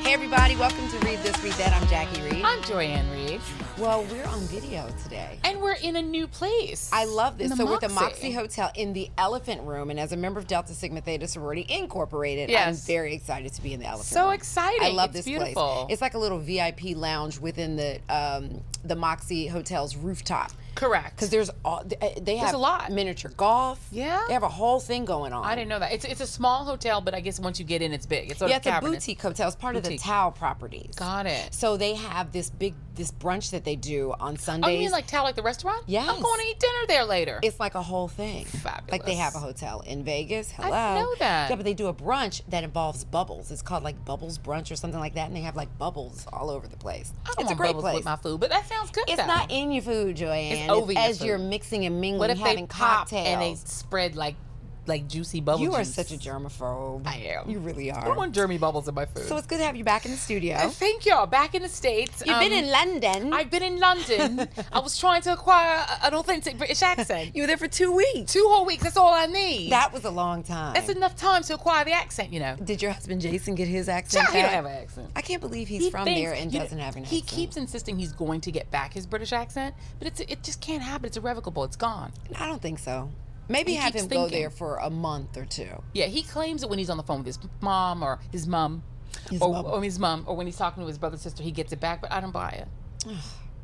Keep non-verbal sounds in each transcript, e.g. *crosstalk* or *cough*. Hey, everybody, welcome to Read This, Read That. I'm Jackie Reed. I'm Joanne Reed, Well, we're on video today. and we're in a new place. I love this. The so, we're at the Moxie Hotel in the Elephant Room, and as a member of Delta Sigma Theta Sorority Incorporated, Yes. I'm very excited to be in the Elephant So Room. exciting. I love It's this beautiful. place. It's like a little VIP lounge within the um, the Moxie Hotel's rooftop. Correct. Because there's all they have a lot. miniature golf. Yeah. they have a whole thing going on. I didn't know that. It's it's a small hotel, but I guess once you get in, it's big. It's sort Yeah, of it's a cavernous. boutique hotel. It's part of Boutique. the Tao properties. Got it. So they have this big this brunch that they do on Oh, Sundays. you mean like Tao, like the restaurant? Yes. I'm going to eat dinner there later. it's like a whole thing. Like they Fabulous. have a hotel in Vegas. Hello. know that. Yeah, but they do a brunch that involves bubbles. It's called like Bubbles Brunch or something like that, and they have like bubbles all over the place. I don't it's want a great bubbles place. with my food, but that sounds good. it's though. not in your food, Joanne. over your as food. you're mixing and mingling, What if having they pop cocktails. and they spread like like juicy bubbles? you are such a germaphobe. I am. You really I don't are. want germy bubbles in my food. So it's good to have you back in the studio. I thank y'all. Back in the states. You've been um, in London. I've been *laughs* in London. I was trying to acquire a- an authentic British accent. you were there for two weeks. Two whole weeks. That's all I need. That was a long time. That's enough time to acquire the accent, you know. Did your husband Jason get his accent? Child, he back? don't have an accent. I can't believe he's from thinks- there and you know, doesn't have an He accent. keeps insisting he's going to get back his British accent, but it's it just can't happen. It's irrevocable. It's gone. I don't think so. Maybe He have keeps him go thinking. there for a month or two. Yeah, he claims it when he's on the phone with his mom or his mum, His or, mum. or his mum, or when he's talking to his brother sister, he gets it back. But I don't buy *sighs* it.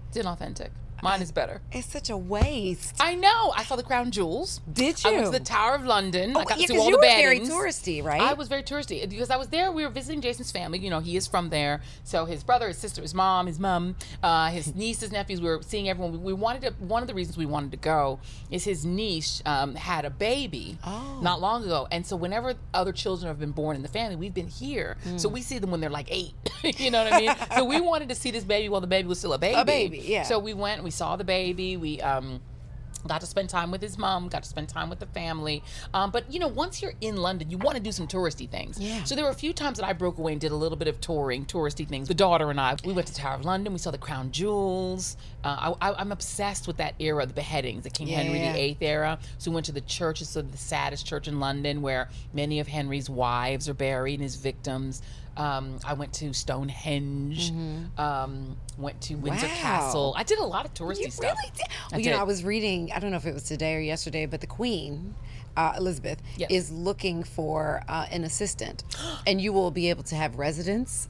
it's inauthentic. Mine is *laughs* better. It's such a waste. I know. I saw the crown jewels. Did I you? Oh, went to the Tower of London. I yeah, got to because do all you the were very bannings. touristy, right? I was very touristy because I was there. We were visiting Jason's family. You know, he is from there. So his brother, his sister, his mom, his mom, uh, *laughs* his niece, his nephews. We were seeing everyone. We, we wanted to. One of the reasons we wanted to go is his niece um, had a baby Oh. not long ago, and so whenever other children have been born in the family, we've been here. Hmm. So we see them when they're like eight. *laughs* you know what I mean? so we wanted to see this baby while the baby was still a baby. baby, yeah. So we went. We saw the baby. We. Um, Got to spend time with his mom. Got to spend time with the family. Um, but you know, once you're in London, you want to do some touristy things. Yeah. So there were a few times that I broke away and did a little bit of touring, touristy things. The daughter and I, we went to Tower of London. We saw the Crown Jewels. Uh, I, I, I'm obsessed with that era, the beheadings, the King Henry Yeah. VIII era. So we went to the church. It's sort of the saddest church in London, where many of Henry's wives are buried and his victims. Um, I went to Stonehenge. Um, went to Windsor Mm-hmm. Wow. Castle. I did a lot of touristy you stuff. really did. Well, you know, did. I was reading. I don't know if it was today or yesterday, but the Queen. Uh, Elizabeth Yes. is looking for uh, an *gasps* assistant, and you will be able to have residence.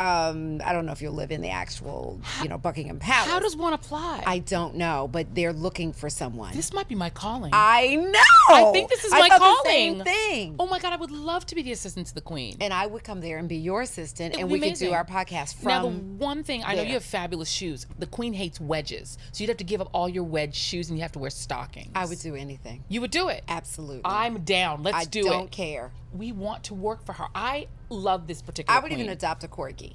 Um, I don't know if you'll live in the actual, you know, Buckingham Palace. How does one apply? I don't know, but they're looking for someone. this might be my calling. I know. I think this is Oh, I my thought the calling. same thing. oh my god, I would love to be the assistant to the queen. And I would come there and be your assistant, and we would be could do amazing. our podcast from. now the one thing I know there. you have fabulous shoes. The queen hates wedges, so you'd have to give up all your wedge shoes and you have to wear stockings. I would do anything. You would do it. Absolutely. I'm down. Let's I do not it. care. We want to work for her. I love this particular. I would queen. even adopt a corgi.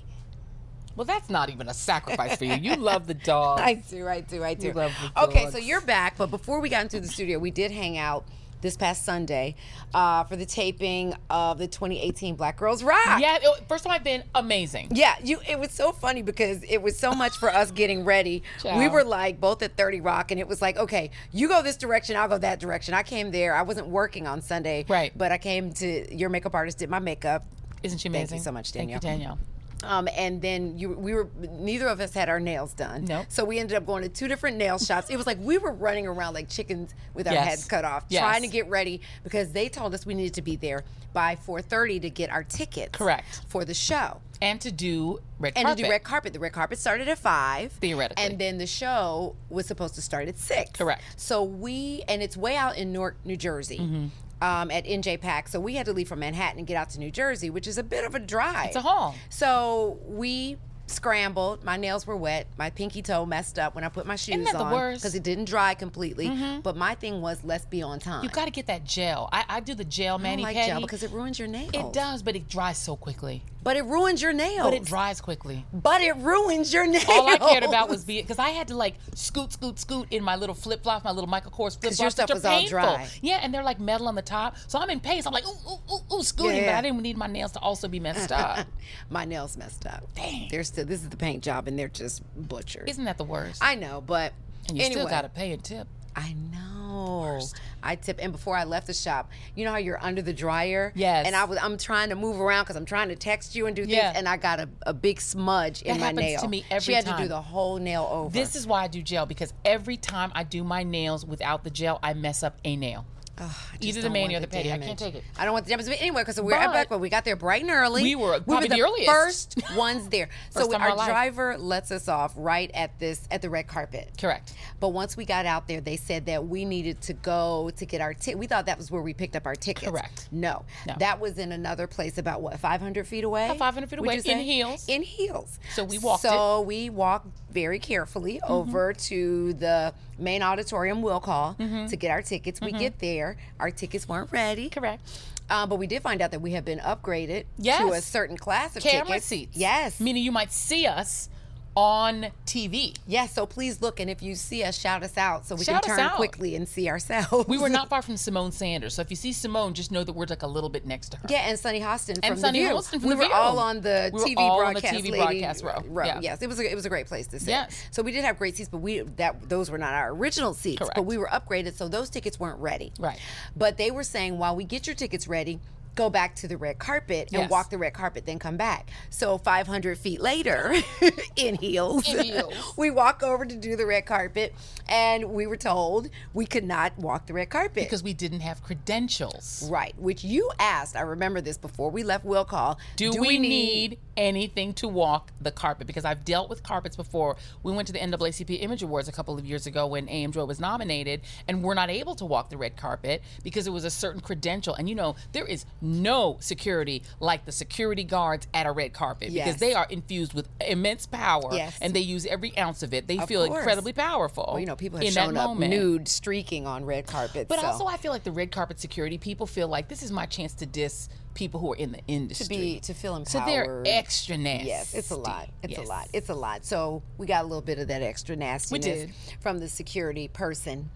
Well, that's not even a sacrifice for *laughs* you. You love the dog. I do, I do, I do. love the okay, so dogs. you're back, but before we got into the studio, we did hang out this past Sunday uh, for the taping of the 2018 Black Girls Rock. yeah, it- first time I've been amazing. Yeah, you. It was so funny because it was so much for us getting ready. Ciao. We were like both at Thirty Rock, and it was like, okay, you go this direction, I'll go that direction. I came there. I wasn't working on Sunday, Right. But I came to your makeup artist, did my makeup, Isn't she Thank you amazing? so much, Thank you, Danielle. um, and then you, we were neither of us had our nails done. Nope. So we ended up going to two different nail shops. It was like we were running around like chickens with our Yes. heads cut off, Yes. trying to get ready because they told us we needed to be there by 4:30 to get our tickets. Correct. For the show And to do red and carpet. to do red carpet. The red carpet started at five. Theoretically. And then the show was supposed to start at six. Correct. So we and it's way out in Newark, New Jersey. Mm-hmm. Um, at NJ Pack, so we had to leave from Manhattan and get out to New Jersey, which is a bit of a drive. It's a haul. So we scrambled. My nails were wet. My pinky toe messed up when I put my shoes that the on worst? Mm-hmm. because it didn't dry completely. But my thing was, let's be on time. You got to get that gel. I, I do the gel I don't mani like pedi. gel because it ruins your nails. It does, but it dries so quickly. but it ruins your nails. But it dries *laughs* quickly. But it ruins your nails. All I cared about was being because I had to like scoot, scoot, scoot in my little flip flops, my little Michael Kors flip flops. your which stuff are was all painful. dry. Yeah, and they're like metal on the top, so I'm in pain. So I'm like ooh, ooh, ooh, ooh, scooting, Yeah. but I didn't need my nails to also be *laughs* messed up. *laughs* My nails messed up. Dang. They're still. This is the paint job, and they're just butchered. Isn't that the worst? I know, but and you anyway, still gotta pay a tip. I know. I tip. And before I left the shop, you know how you're under the dryer? Yes. And I was I'm trying to move around because I'm trying to text you and do things, Yeah. and I got a, a big smudge in That my happens nail. to me she every had to do time. the whole nail over. This is why I do gel because every time I do my nails without the gel, I mess up a nail. I just Either the don't mani want or the pedi. I can't damage. take it. I don't want the damage to be anywhere because we're at But- Beckwith. We got there bright and early. We were probably the earliest. first ones *laughs* there. First so time in our my life. driver lets us off right at this at the red carpet. Correct. But once we got out there, they said that we needed to go to get our ticket. We thought that was where we picked up our tickets. Correct. No, No. that was in another place, about what 500 feet away. About 500 feet would away, you in say? heels. In heels. So we walked Mm-hmm. So we walked very carefully over to the main auditorium. We'll call Mm-hmm. to get our tickets. We get there, our tickets weren't ready. Correct. Uh, but we did find out that we have been upgraded to a Yes. certain class of Camera tickets. seats. Yes. Meaning you might see us on TV. Yes, so please look, and if you see us, shout us out so we Shout us can turn out. quickly and see ourselves. We were not far from Simone Sanders. So if you see Simone, just know that we're like a little bit next to her. Yeah, and Sonny Hostin from And Sonny the View. Hostin from we The were View. all on the We were TV all on the broadcast TV lady broadcast row. Yeah. Yes, it was a, it was a great place to sit. Yes. So we did have great seats, but we that those were not our original seats. But Correct. we were upgraded, so those tickets weren't ready. Right. But they were saying while we get your tickets ready. Go back to the red carpet and Yes. walk the red carpet, then come back. So 500 feet later, *laughs* in heels, In heels. *laughs* we walk over to do the red carpet, and we were told we could not walk the red carpet Because we didn't have credentials. Right, which you asked. I remember this before we left Will Call. Do, we, need, anything to walk the carpet? Because I've dealt with carpets before. We went to the NAACP Image Awards a couple of years ago when AM Joy was nominated, and we're not able to walk the red carpet because it was a certain credential. And you know, there is no security like the security guards at a red carpet Yes. because they are infused with immense power Yes. and they use every ounce of it. They feel course. incredibly powerful. Well, you know, people have in that shown up moment. nude streaking on red carpets. But so. also, I feel like the red carpet security people feel like this is my chance to diss people who are in the industry. be to feel empowered. So they're extra nasty. Yes, it's a lot. It's Yes. a lot. It's a lot. So we got a little bit of that extra nastiness did. from the security person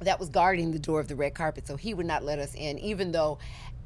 that was guarding the door of the red carpet. So he would not let us in, even though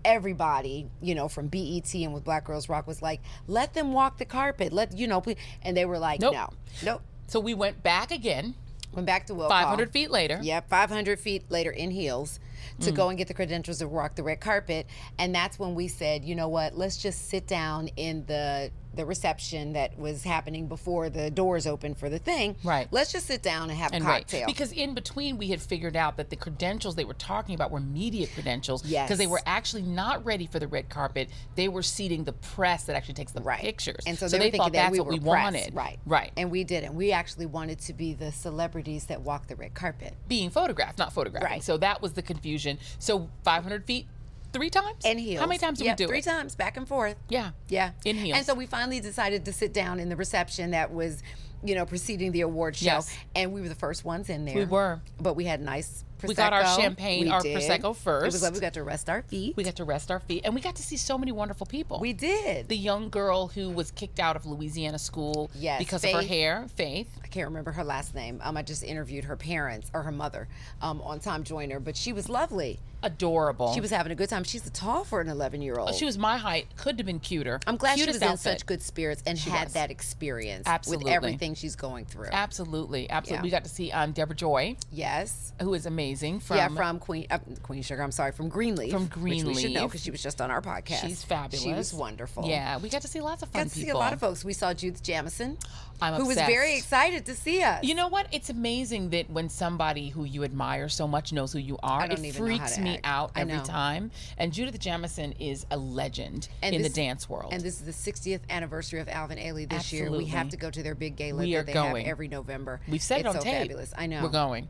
everybody, you know, from BET and with Black Girls Rock was like, "Let them walk the carpet. Let you know." Please. And they were like, Nope. "No, nope." So we went back again, Went back to Will. Call. 500 feet later. Yep, 500 feet later in heels to Mm. go and get the credentials to walk the red carpet. And that's when we said, you know what, let's just sit down in the the reception that was happening before the doors open for the thing. Right. Let's just sit down and have And a right. cocktail. Because in between, we had figured out that the credentials they were talking about were media credentials. Yes. Because they were actually not ready for the red carpet. They were seating the press that actually takes the Right. pictures. And so, they, were thinking thought that that's we what were we press. wanted. Right. Right. And And we didn't. We actually wanted to be the celebrities that walk the red carpet. being photographed, not photographing. Right. So that was the confusion. So 500 feet, three times? And heels. How many times did Yep, we do Three it? times, back and forth. Yeah. Yeah. In heels. And so we finally decided to sit down in the reception that was, you know, preceding the award show. Yes. And we were the first ones in there. We were. But we had nice Prosecco. We got our champagne, We our did. Prosecco It was first. like we got to rest our feet. we We, got to rest our feet. And we got to see so many wonderful people. did. the young girl who was kicked out of Louisiana school Yes, because of her Faith. hair, Faith. I can't remember her last name. Um, I just interviewed her parents or her mother um, on Tom Joyner, but she was lovely. Adorable. She was having a good time. She's tall for an 11 year old. She was my height. Could have been cuter. I'm glad she Cutest was in outfit. such good spirits and had was. that experience Absolutely. with everything she's going through. Absolutely, absolutely. Yeah. We got to see um, Deborah Joy, yes. who is amazing. From, yeah, from Queen uh, Queen Sugar. I'm sorry, from Greenleaf. From which we should know Greenleaf. because she was just on our podcast. she's fabulous. She was wonderful. Yeah, we got to see lots of fun got to see people. a lot of folks. We saw Judith Jamison, I'm who was obsessed. very excited to see us. You know what? It's amazing that when somebody who you admire so much knows who you are, don't it even know how freaks to me act. out I every know. time. And Judith Jamison is a legend And in this- the dance world. and this is the 60th anniversary of Alvin Ailey this year. We Absolutely. have to go to their big gala We that are they going. have every November. We've said it's it on so tape. fabulous. I know. We're going.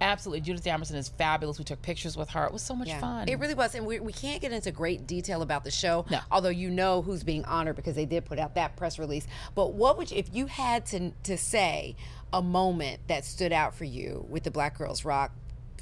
Absolutely. Judith Damerson is fabulous. We took pictures with her. It was so much Yeah. fun. It really was. And we, we can't get into great detail about the show, No. although you know who's being honored because they did put out that press release. But what would you, if you had to, to say a moment that stood out for you with the Black Girls Rock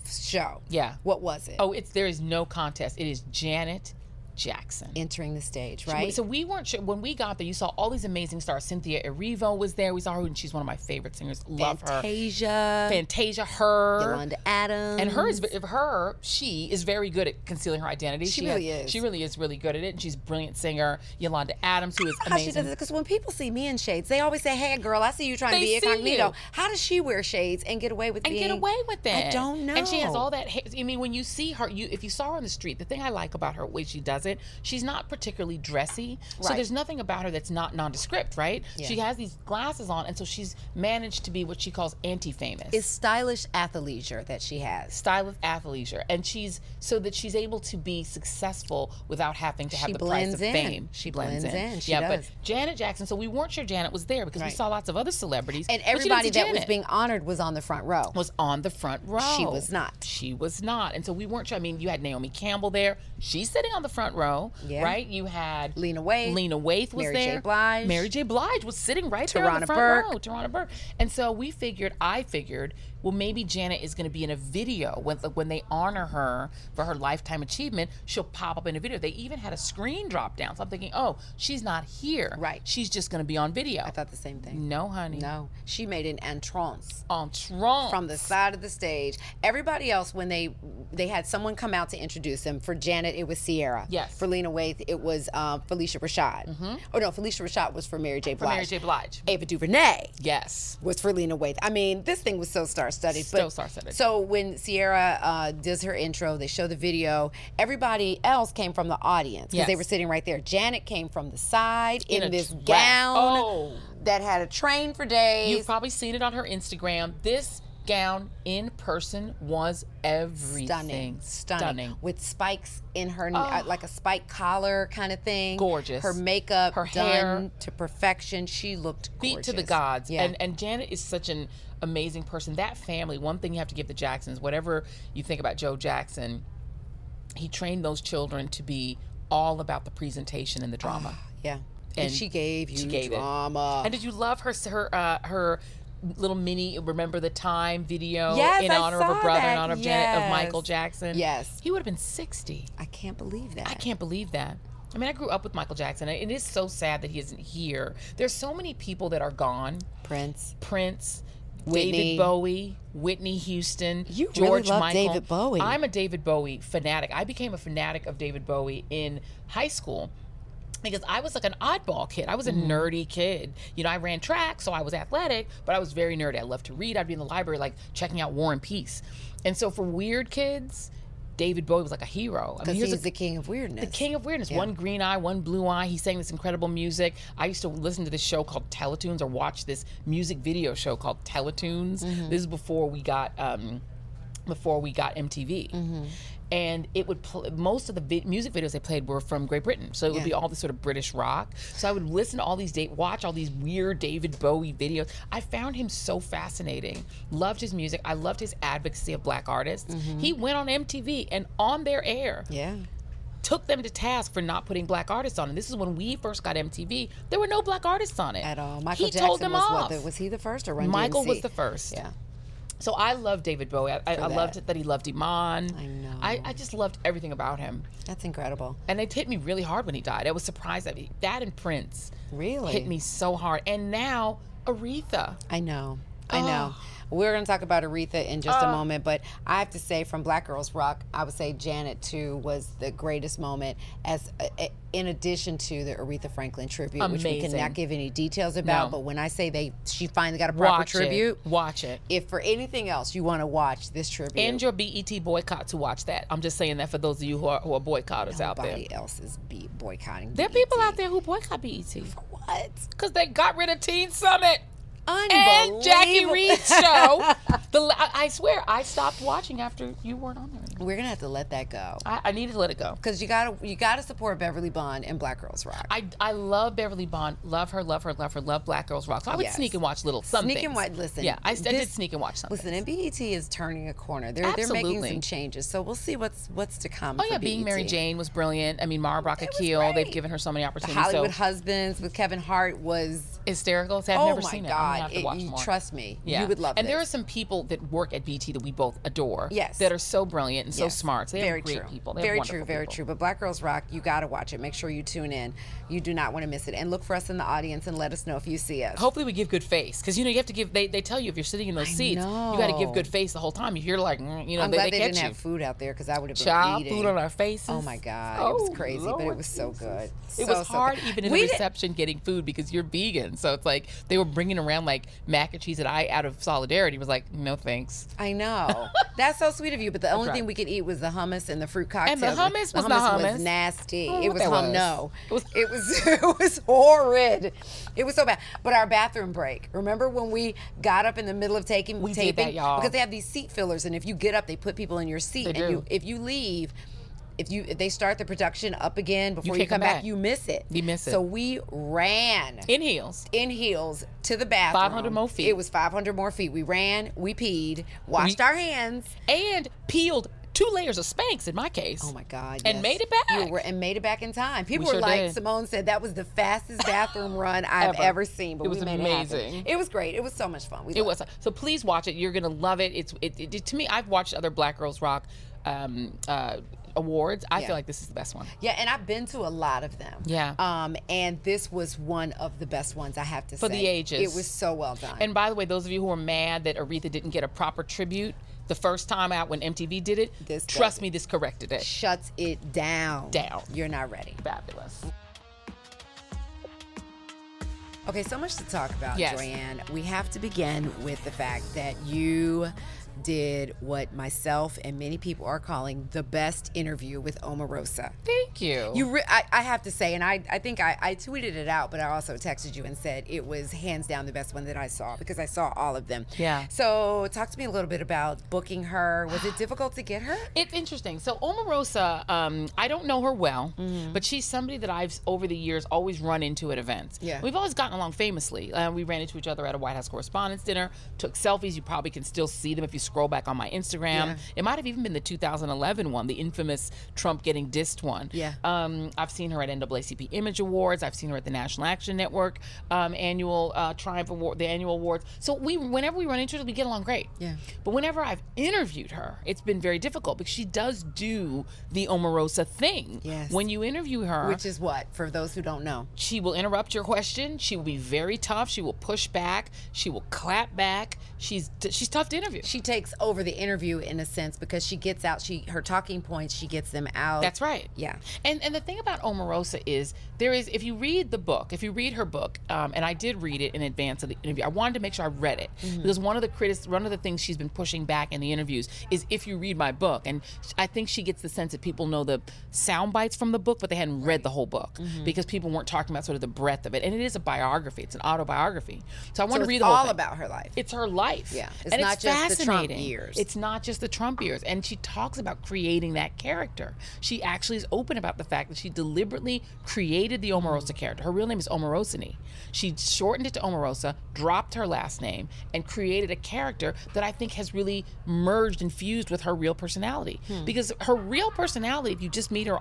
show? Yeah. What was it? oh, it's there is no contest. It is Janet Jackson. entering the stage, right? So we weren't sure when we got there. You saw all these amazing stars. Cynthia Erivo was there. We saw her, and she's one of my favorite singers. Love her. Fantasia, Fantasia, her. Yolanda Adams, And her is if her she is very good at concealing her identity. She really is. She really is really good at it, and she's a brilliant singer. Yolanda Adams, who is How she does amazing. it? Because when people see me in shades, they always say, "Hey, girl, I see you trying They to be see incognito." you. How does she wear shades and get away with and being? get away with it. I don't know. And she has all that. ha- I mean, when you see her, you if you saw her on the street, the thing I like about her way she does it, she's not particularly dressy. So Right. there's nothing about her that's not nondescript, right? She Yeah. has these glasses on, and so she's managed to be what she calls anti-famous. It's stylish athleisure that she has. style of athleisure, and she's so that she's able to be successful without having to have She the price of blends in. fame. She blends in. She yeah, does. but Janet Jackson. So we weren't sure Janet was there because we Right. saw lots of other celebrities And but you didn't everybody see that was Janet being honored was on the front row. was on the front row. She was not. She was not. And so we weren't sure. I mean, you had Naomi Campbell there. She's sitting on the front row, Yeah. right? You had Lena Waithe. Lena Waithe was Mary J. there. Blige. Mary J. Blige was sitting right there on Tarana the front Burke. row. Tarana Burke. And so we figured, I figured, well, maybe Janet is going to be in a video when when they honor her for her lifetime achievement. She'll pop up in a video. They even had a screen drop down. So I'm thinking, oh, she's not here. Right. She's just going to be on video. I thought the same thing. no, honey. No, she made an entrance On Tron. from the side of the stage. Everybody else, when they they had someone come out to introduce them. For Janet, it was Sierra. Yes. For Lena Waithe, it was um, Felicia Rashad. Mm-hmm. Oh no, Felicia Rashad was for Mary J. Blige. Mary J. Blige. Ava DuVernay. Yes. was for Lena Waithe. I mean, this thing was so star-studded. but- So star-studded. So when Sierra uh, does her intro, they show the video. Everybody else came from the audience because they Yes. were sitting right there. Janet came from the side in, In a this dress. gown Oh. that had a train for days. You've probably seen it on her Instagram. This gown in person was everything. Stunning, stunning, with spikes in her, uh, like a spike collar kind of thing. Oh. Gorgeous. Her makeup, Her done hair. to perfection. She looked Beat gorgeous. to the gods. Yeah. And and Janet is such an amazing person. That family, one thing you have to give the Jacksons, whatever you think about Joe Jackson, he trained those children to be all about the presentation and the drama. yeah. And, And she gave you she gave it. drama. And did you love her her uh, her little mini "Remember the Time" video Yes, in I honor of her saw brother, that. in honor of Janet of Yes. Michael Jackson? Yes. he would have been sixty. I can't believe that. I can't believe that. I mean, I grew up with Michael Jackson, and it is so sad that he isn't here. There's so many people that are gone: Prince. Prince, Whitney. David Bowie, Whitney Houston, You really George love Michael. David Bowie. I'm a David Bowie fanatic. I became a fanatic of David Bowie in high school. Because I was like an oddball kid. I was a Mm-hmm. nerdy kid. You know, I ran track, so I was athletic, but I was very nerdy. I loved to read. I'd be in the library, like checking out War and Peace. And so for weird kids, David Bowie was like a hero. I mean, Because here's he's a the king of weirdness. King of Weirdness. One green eye, one blue eye. He sang this incredible music. I used to listen to this show called Teletoons or watch this music video show called Teletoons. This is before we got um, before we got MTV. And it would pl- most of the vi- music videos they played were from Great Britain, so it would be all this sort of British rock. So I would listen to all these, da- watch all these weird David Bowie videos. I found him so fascinating. Loved his music. I loved his advocacy of black artists. He went on MTV and on their air yeah. took them to task for not putting black artists on it. This is when we first got MTV. There were no black artists on it At all. Michael he Jackson told them was off. what? The, was he the first or Run Michael was DMC? the first. Yeah. So I love David Bowie. I, I, I that. loved that he loved Iman. I know. I, I just loved everything about him. That's incredible. And it hit me really hard when he died. I was surprised that he, that and Prince Really? hit me so hard. And now Aretha. I know. I know. We're going to talk about Aretha in just a moment, but I have to say, from Black Girls Rock, I would say Janet too was the greatest moment, as uh, uh, in addition to the Aretha Franklin tribute, which we Amazing. cannot give any details about. No. But when I say they, she finally got a proper watch tribute. it. Watch it. If for anything else you want to watch this tribute, And your BET boycott to watch that. I'm just saying that for those of you who are, who are boycotters out there. nobody E else is be boycotting. There are people out there who boycott BET What? because they got rid of Teen Summit. Unbelievable. and Jackie Reed show. The la- I I swear I stopped watching after you weren't on there. anymore. *laughs* We're gonna have to let that go I, I needed to let it go. because you gotta you gotta support Beverly Bond and Black Girls Rock. I, I love Beverly Bond. Love her. Love her. Love her. Love Black Girls Rock. So I would Yes. sneak and watch little something. and watch- listen, Yeah, I, s- I did this- sneak and watch something. Listen, and BET is turning a corner. They're they're making Absolutely. some changes, so we'll see what's what's to come. E Oh yeah, being Mary Jane was brilliant. I mean, Mara Brock Akil. They've great. given her so many opportunities. Hollywood so Husbands with Kevin Hart was hysterical. So I've oh never my seen it. I'm gonna god! have to watch you- more. Trust me, Yeah. you would love And there are this. some people E that work at BT that we both adore. Yes. That are so brilliant and so Yes. smart. So they very have great true. people. They have very wonderful true. Very people. true. But Black Girls Rock, you got to watch it. Make sure you tune in. You do not want to miss it. And look for us in the audience and let us know if you see us. Hopefully we give good face because you know you have to give. They, they tell you if you're sitting in those seats, you got to give know. good face the whole time. If you're like, mm, you know, I'm they, glad they they, catch didn't you. *laughs* have food out there because I would have been Child eating. food on our faces. Oh my God, it was crazy, but it was so good. It So, was so hard good. even in We the did- reception getting food because you're vegan. So it's like they were bringing around like mac and cheese, and I, out of solidarity, was like, no thanks. I *laughs* know. That's so sweet of you. But the only right. thing we could eat was the hummus and the fruit cocktail. the hummus was hummus not hummus. was nasty. Oh, it what was that hum was. no. It was- It was *laughs* it was horrid. It was so bad. But our bathroom break. Remember when we got up in the middle of taking We did taping that, y'all. because they have these seat fillers, and if you get up, they put people in your seat, and They you do. if you leave. If you if they start the production up again before you, can't come come back, back. you miss it. You miss it. So we ran In heels. in heels to the bathroom. 500 more feet. It was 500 more feet. We ran, we peed, washed We- our hands. and peeled two layers of Spanx in my case. Oh my God! And yes. made it back. You were- and made it back in time. People were sure like, did. Simone said that was the fastest *sighs* bathroom run I've Ever. ever seen. But It was we made It, happen. amazing. it was great. It was so much fun. We It loved was so. Please watch it. You're gonna love it. It's it, it to me. I've watched other Black Girls Rock um, uh, awards. I Yeah. feel like this is the best one. Yeah, and I've been to a lot of them. Yeah. Um, and this was one of the best ones I have to say. the ages. It was so well done. And by the way, those of you who are mad that Aretha didn't get a proper tribute the first time out when MTV did it, This does trust me, this corrected it. shuts it down. Down. You're not ready. Fabulous. Okay, so much to talk about, Yes. Joanne. We have to begin with the fact that you did what myself and many people are calling the best interview with Omarosa. Thank you. You, re- I, I have to say, and I, I think I, I tweeted it out, but I also texted you and said it was hands down the best one that I saw because I saw all of them. Yeah. So talk to me a little bit about booking her. Was it difficult to get her? It's interesting. So Omarosa, um, I don't know her well, but she's somebody that I've over the years always run into at events. Yeah. we've always gotten along famously. Uh, we ran into each other at a White House Correspondents' Dinner, took selfies. You probably can still see them if you scroll back on my Instagram. It might have even been the 2011 one, the infamous Trump getting dissed one. Yeah. Um, I've seen her at NAACP Image Awards. I've seen her at the National Action Network um, annual uh, Triumph Award, the annual awards. So we, whenever we run into her, we get along great. Yeah. But whenever I've interviewed her, it's been very difficult because she does do the Omarosa thing. Yes. When you interview her, Which is what, for those who don't know. she will interrupt your question. She will be very tough. She will push back. She will clap back. She's she's tough to interview. she takes over the interview in a sense because she gets out she her talking points she gets them out That's right. yeah And and the thing about Omarosa is there is if you read the book, if you read her book, um, and I did read it in advance of the interview. I wanted to make sure I read it Mm-hmm. because one of the critics, one of the things she's been pushing back in the interviews is if you read my book, and I think she gets the sense that people know the sound bites from the book, but they hadn't read the whole book Mm-hmm. because people weren't talking about sort of the breadth of it. And it is a biography; it's an autobiography. So I want so to read it's the whole all thing. about her life It's her life. Yeah. It's and not it's just the Trump fascinating. years. It's not just the Trump years. And she talks about creating that character. She actually is open about the fact that she deliberately created the Omarosa character. Her real name is Omarosini. She shortened it to Omarosa, dropped her last name, and created a character that I think has really merged and fused with her real personality. Hmm. Because her real personality, if you just meet her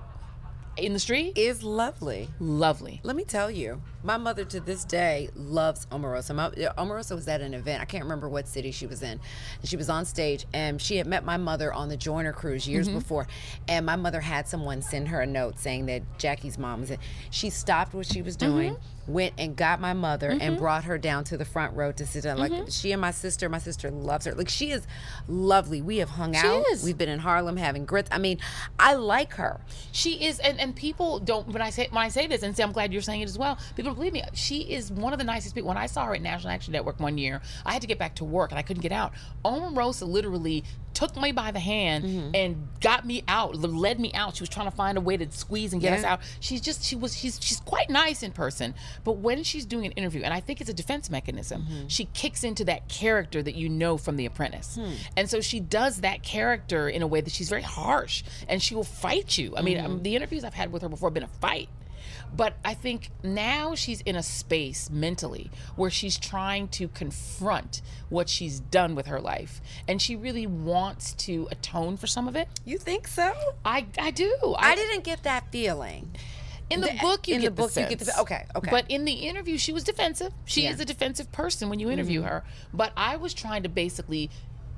in the street, is lovely lovely. let me tell you my mother to this day loves omarosa my, omarosa was at an event i can't remember what city she was in she was on stage and she had met my mother on the joiner cruise years before and my mother had someone send her a note saying that jackie's mom was in she stopped what she was doing went and got my mother and brought her down to the front row to sit down like she and my sister my sister loves her like she is lovely we have hung out is. we've been in harlem having grits i mean i like her She is, and, and people don't. When I say when I say this, and say I'm glad you're saying it as well. People don't believe me. She is one of the nicest people. When I saw her at National Action Network one year, I had to get back to work and I couldn't get out. Omarosa literally took me by the hand and got me out, l- led me out. She was trying to find a way to squeeze and get us Yeah. out. She's just she was she's she's quite nice in person, but when she's doing an interview, and I think it's a defense mechanism, she kicks into that character that you know from The Apprentice, and so she does that character in a way that she's very harsh, and she will fight you. I mean, um, the interviews I've had with her before have been a fight. But I think now she's in a space mentally where she's trying to confront what she's done with her life. And she really wants to atone for some of it. you think so I, I do. I didn't get that feeling. In the, The- e-, book, you in the get book, you get the- sense. okay, okay. But in the interview, she was defensive. She Yeah. Mm-hmm. is a defensive person when you interview her. But I was trying to basically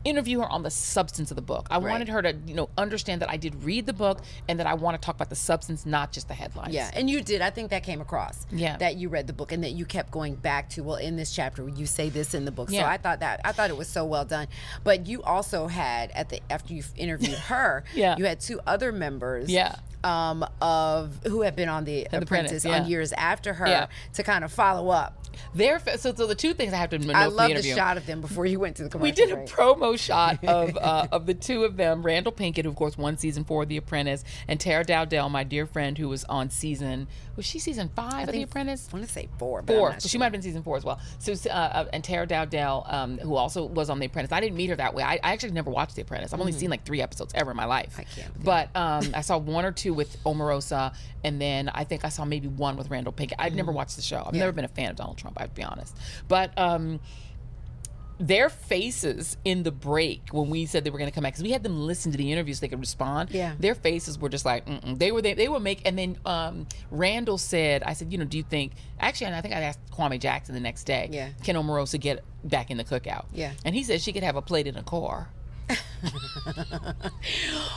interview her on the substance of the book. I wanted her to, you know, understand that I did read the book and that I want to talk about the substance, not just the headlines. Yeah, and you did. I think that came across. Yeah. that you read the book and that you kept going back to. Well, in this chapter, you say this in the book. So Yeah. I thought that I thought it was so well done. But you also had at the after you *laughs* interviewed her, Yeah. you had two other members. Yeah. Um, of who have been on the Apprentice, Apprentice, on yeah. years after her Yeah. to kind of follow up. There, so, so the two things I have to know I from love the the, interview. shot of them before you went to the commercial. we did a break. promo *laughs* shot of uh, of the two of them, Randall Pinkett, who of course won season four of The Apprentice, and Tara Dowdell, my dear friend, who was on season was she season five of The Apprentice? I want to say four. But I'm Four. not So she sure. might have been season four as well. So uh, uh, and Tara Dowdell, um, who also was on The Apprentice. I didn't meet her that way. I, I actually never watched The Apprentice. I've only seen like three episodes ever in my life. I Mm-hmm. can't But um, I saw one or two with Omarosa, and then I think I saw maybe one with Randall Pinkett. I've Mm-hmm. never watched the show. I've never been a fan of Donald Trump. I'd be honest. But um, their faces in the break when we said they were going to come back because we had them listen to the interviews so they could respond. Yeah. their faces were just like Mm-mm. they were. They, they were make and then um, Randall said, "I said, you know, do you think actually?" And I think I asked Kwame Jackson the next day. Yeah. can Omarosa get back in the cookout? Yeah. and he said she could have a plate in a car.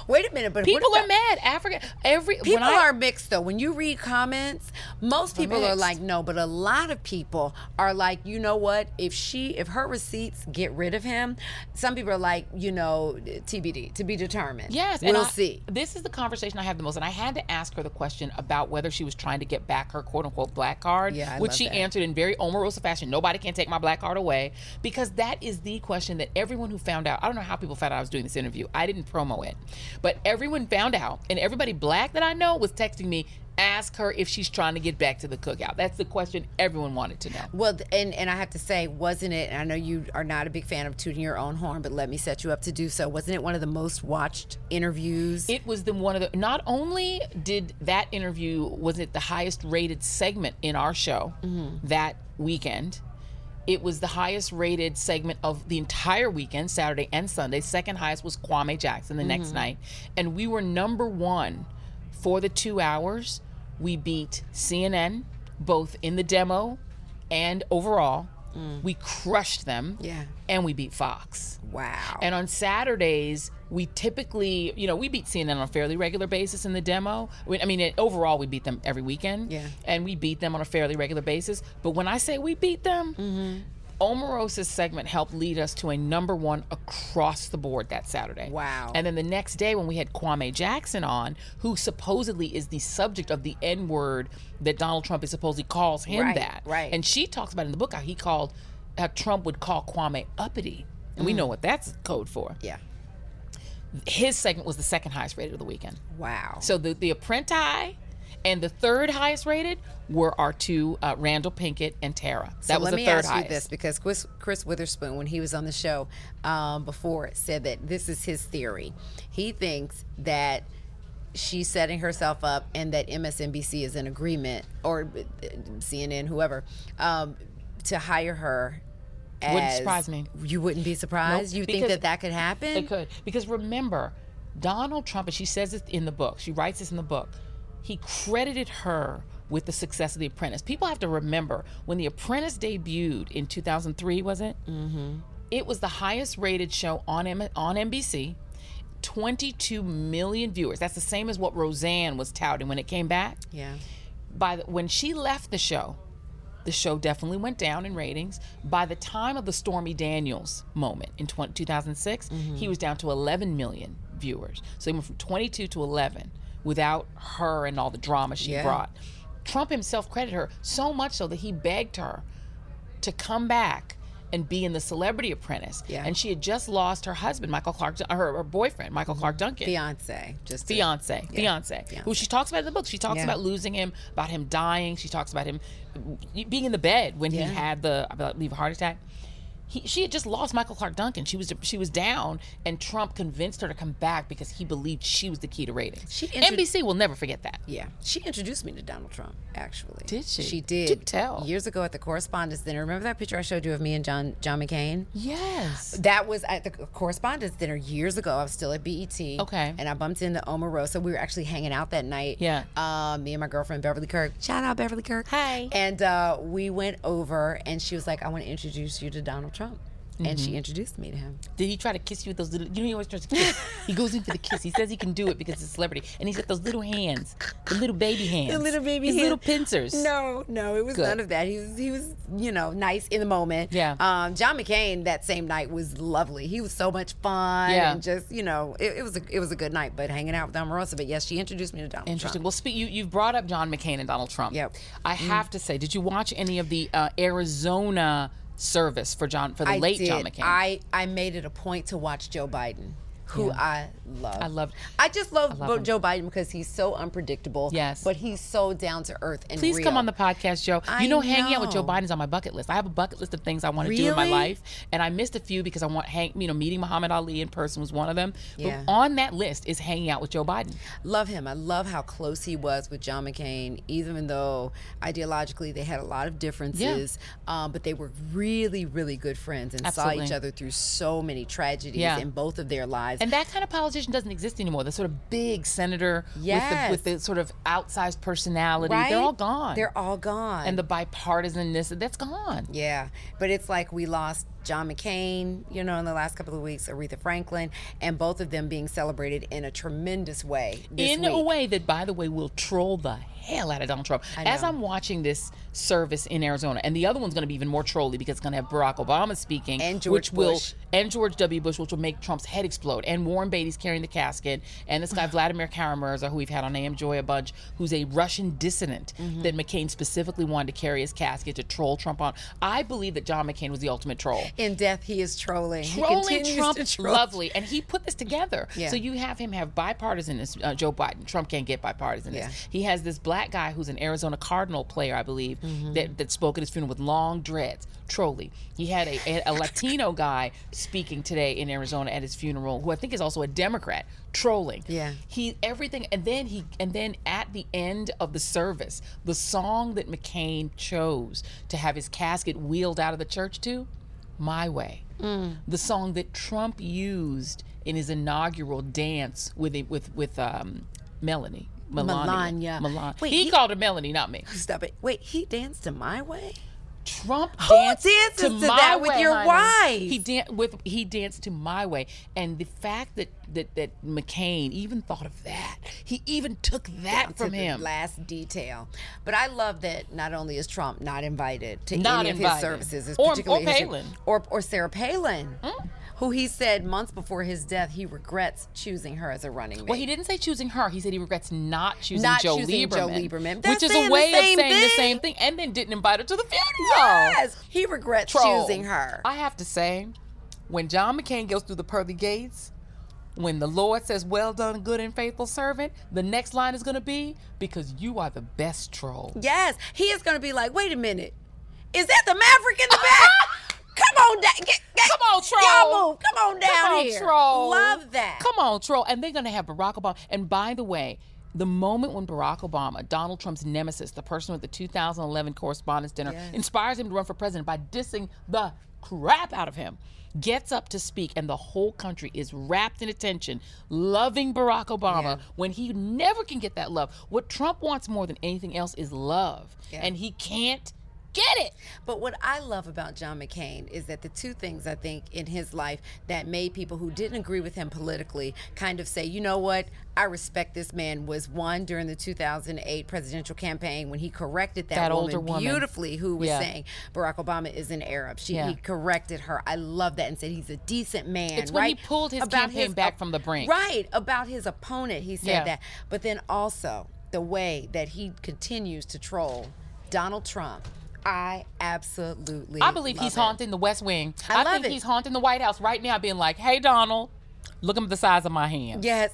Wait a minute, but People what are mad. Africa, every People when I, are mixed though. When you read comments, most people are mixed. like no, but a lot of people are like, you know what? If she, if her receipts get rid of him, some people are like, you know, TBD, to be determined. Yes, and we'll I- see. This is the conversation I have the most, and I had to ask her the question about whether she was trying to get back her "quote unquote" black card, Yeah, I which love she that. answered in very Omarosa fashion. Nobody can take my black card away because that is the question that everyone who found out. I don't know how people found out I was doing this interview. I didn't promo it, but everyone found out, and everybody black that I know was texting me. Ask her if she's trying to get back to the cookout. That's the question everyone wanted to know. Well, th- and and I have to say, wasn't it? And I know you are not a big fan of tooting your own horn, but let me set you up to do so. Wasn't it one of the most watched interviews? It was the one of the. Not only did that interview was it the highest rated segment in our show that weekend. It was the highest rated segment of the entire weekend, Saturday and Sunday. Second highest was Kwame Jackson the next night, and we were number one for the two hours. We beat CNN both in the demo and overall. We crushed them. Yeah. and we beat Fox. wow. And on Saturdays, we typically, you know, we beat CNN on a fairly regular basis in the demo. We- I mean, it, overall, we beat them every weekend. Yeah. And we beat them on a fairly regular basis. But when I say we beat them, Mm-hmm. Omarosa's segment helped lead us to a number one across the board that Saturday. Wow. And then the next day, when we had Kwame Jackson on, who supposedly is the subject of the N word that Donald Trump is supposedly calls him Right, that. right. And she talks about in the book how he called, how Trump would call Kwame uppity. And Mm. we know what that's code for. yeah. His segment was the second highest rated of the weekend. Wow. So the, the apprenti and the third highest rated were our two, uh, Randall Pinkett and Tara. That So was let the me third ask highest. you this because Chris, Chris Witherspoon, when he was on the show um, before, said that this is his theory. He thinks that she's setting herself up and that MSNBC is in agreement or uh, CNN, whoever, um, to hire her. Wouldn't as- surprise me. You wouldn't be surprised. you think because- that that could happen? It could. Because remember, Donald Trump, and she says it in the book, she writes this in the book, he credited her with the success of The Apprentice. People have to remember when The Apprentice debuted in 2003, was it? Mm-hmm. It was the highest rated show on, M- on NBC. 22 million viewers. That's the same as what Roseanne was touting when it came back Yeah. by the, when she left the show, the show definitely went down in ratings. By the time of the Stormy Daniels moment in 20, 2006, Mm-hmm. he was down to 11 million viewers. So he went from 22 to 11 without her and all the drama she Yeah. brought. Trump himself credited her so much so that he begged her to come back and be in the Celebrity Apprentice. Yeah. And she had just lost her husband, Michael Clark, Dun- her, her boyfriend, Michael Clark Mm-hmm. Duncan Beyonce. Just to- fiance, fiance, who she talks about in the book. She talks Yeah. about losing him, about him dying. She talks about him being in the bed when Yeah. he had the, I believe, a heart attack. He, she had just lost Michael Clark Duncan. She was she was down, and Trump convinced her to come back because he believed she was the key to ratings. She intro- NBC will never forget that. Yeah, she introduced me to Donald Trump. Actually, Did she? She Do did. tell. Years ago at the Correspondents' Dinner. Remember that picture I showed you of me and John John McCain? Yes. That was at the Correspondents' Dinner years ago. I was still at BET. Okay. And I bumped into Omarosa. We were actually hanging out that night. Yeah. Um, me and my girlfriend Beverly Kirk. Shout out Beverly Kirk. Hi. And uh, we went over, and she was like, "I want to introduce you to Donald Trump." and Mm-hmm. she introduced me to him. Did he try to kiss you with those little? You know, he always tries to kiss. he goes in for the kiss. He says he can do it because he's a celebrity, and he's got those little hands, the little baby hands, The little baby his hand- little pincers. No, no, it was none of that. He was he was you know nice in the moment. Yeah. Um, John McCain that same night was lovely. He was so much fun. Yeah. And just you know it, it was a it was a good night. But hanging out with Omarosa. But yes, she introduced me to Donald. Interesting. Well, speak. You you've brought up John McCain and Donald Trump. Yep. Mm-hmm. I have to say, did you watch any of the uh, Arizona service for John for the Trump. I late John did. McCain? I I made it a point to watch Joe Biden. Who I love. I loved- I just love, Bo- Joe Biden because he's so unpredictable. Yes. But he's so down to earth and Please come real. on the podcast, Joe. I You know, hanging out with Joe know. Biden's on my bucket list. I have a bucket list of things I want to do in my Really? life, and I missed a few because I want hang. You know, meeting Muhammad Ali in person was one of them. Yeah. But on that list is hanging out with Joe Biden. Love him. I love how close he was with John McCain, even though ideologically they had a lot of differences. Um, but they were really, really good friends and saw Absolutely. each other through so many tragedies Yeah. in both of their lives. And that kind of politician doesn't exist anymore. The sort of big senator Yes. with, the, with the sort of outsized personality. right? They're all gone. They're all gone. and the bipartisanness, that's gone. yeah, but it's like we lost John McCain, you know, in the last couple of weeks, Aretha Franklin, and both of them being celebrated in a tremendous way. This in week. a way that, by the way, will troll the hell out of Donald Trump. As I'm watching this service in Arizona, and the other one's going to be even more trolly because it's going to have Barack Obama speaking, And which George will Bush. and George W. Bush, which will make Trump's head explode, and Warren Beatty's carrying the casket, and *sighs* this guy Vladimir Karamirza, who we've had on AM Joy a bunch, who's a Russian dissident Mm-hmm. that McCain specifically wanted to carry his casket to troll Trump on. I believe that John McCain was the ultimate troll in death, he is trolling. He trolling continues Trump to troll. lovely, and he put this together. Yeah. So you have him have bipartisaness. Uh, Joe Biden, Trump can't get bipartisaness. Yeah. He has this black guy who's an Arizona Cardinal player, I believe, Mm-hmm. that, that spoke at his funeral with long dreads. Trolley. He had a, *laughs* a, a Latino guy speaking today in Arizona at his funeral, who I think is also a Democrat. Trolling. Yeah. He everything, and then he, and then at the end of the service, the song that McCain chose to have his casket wheeled out of the church to, "My Way," Mm. the song that Trump used in his inaugural dance with with with um, Melanie. Melania. Melania. Wait, he, he- called her Melanie, not me. Stop it. Wait, he danced to my way? Trump Who danced dances to, to my that with way, your honey. wife? He dan- with he danced to my way, and the fact that that that McCain even thought of that, he even took that from to him. The last detail. But I love that not only is Trump not invited to Not any of invited. his services, it's Or- or particularly his- Palin. Hmm? or or Sarah Palin, who he said months before his death he regrets choosing her as a running mate. Well, he didn't say choosing her. He said he regrets not choosing Not Joe choosing Joe Lieberman, Lieberman. That's which is saying a the way of saying same the thing. same thing, and then didn't invite her to the funeral. yes, he regrets troll. choosing her. I have to say, when John McCain goes through the pearly gates, when the Lord says, Well done, good and faithful servant, the next line is going to be, Because you are the best troll. yes, he is going to be like, wait a minute, is that the Maverick in the back? *laughs* Come on, da- get, get, Come on, troll. Y'all move. Come on down Come on, here. troll. Love that. Come on, troll. And they're going to have Barack Obama. And by the way, the moment when Barack Obama, Donald Trump's nemesis, the person with the 2011 Correspondents' Dinner, Yes. inspires him to run for president by dissing the crap out of him, gets up to speak, and the whole country is wrapped in attention, loving Barack Obama when he never can get that love. What Trump wants more than anything else is love, and he can't get it. But what I love about John McCain is that the two things I think in his life that made people who didn't agree with him politically kind of say, you know what, I respect this man was one during the 2008 presidential campaign when he corrected that, That woman older woman. beautifully who was Yeah. saying Barack Obama is an Arab. She Yeah. he corrected her. I love that and said he's a decent man. It's when he right? pulled his campaign back from the brink. Right about his opponent, he said Yeah. that. But then also the way that he continues to troll Donald Trump. I absolutely. I believe he's love it. haunting the West Wing. I love think it. he's haunting the White House right now, being like, "Hey, Donald, look at the size of my hand. Yes.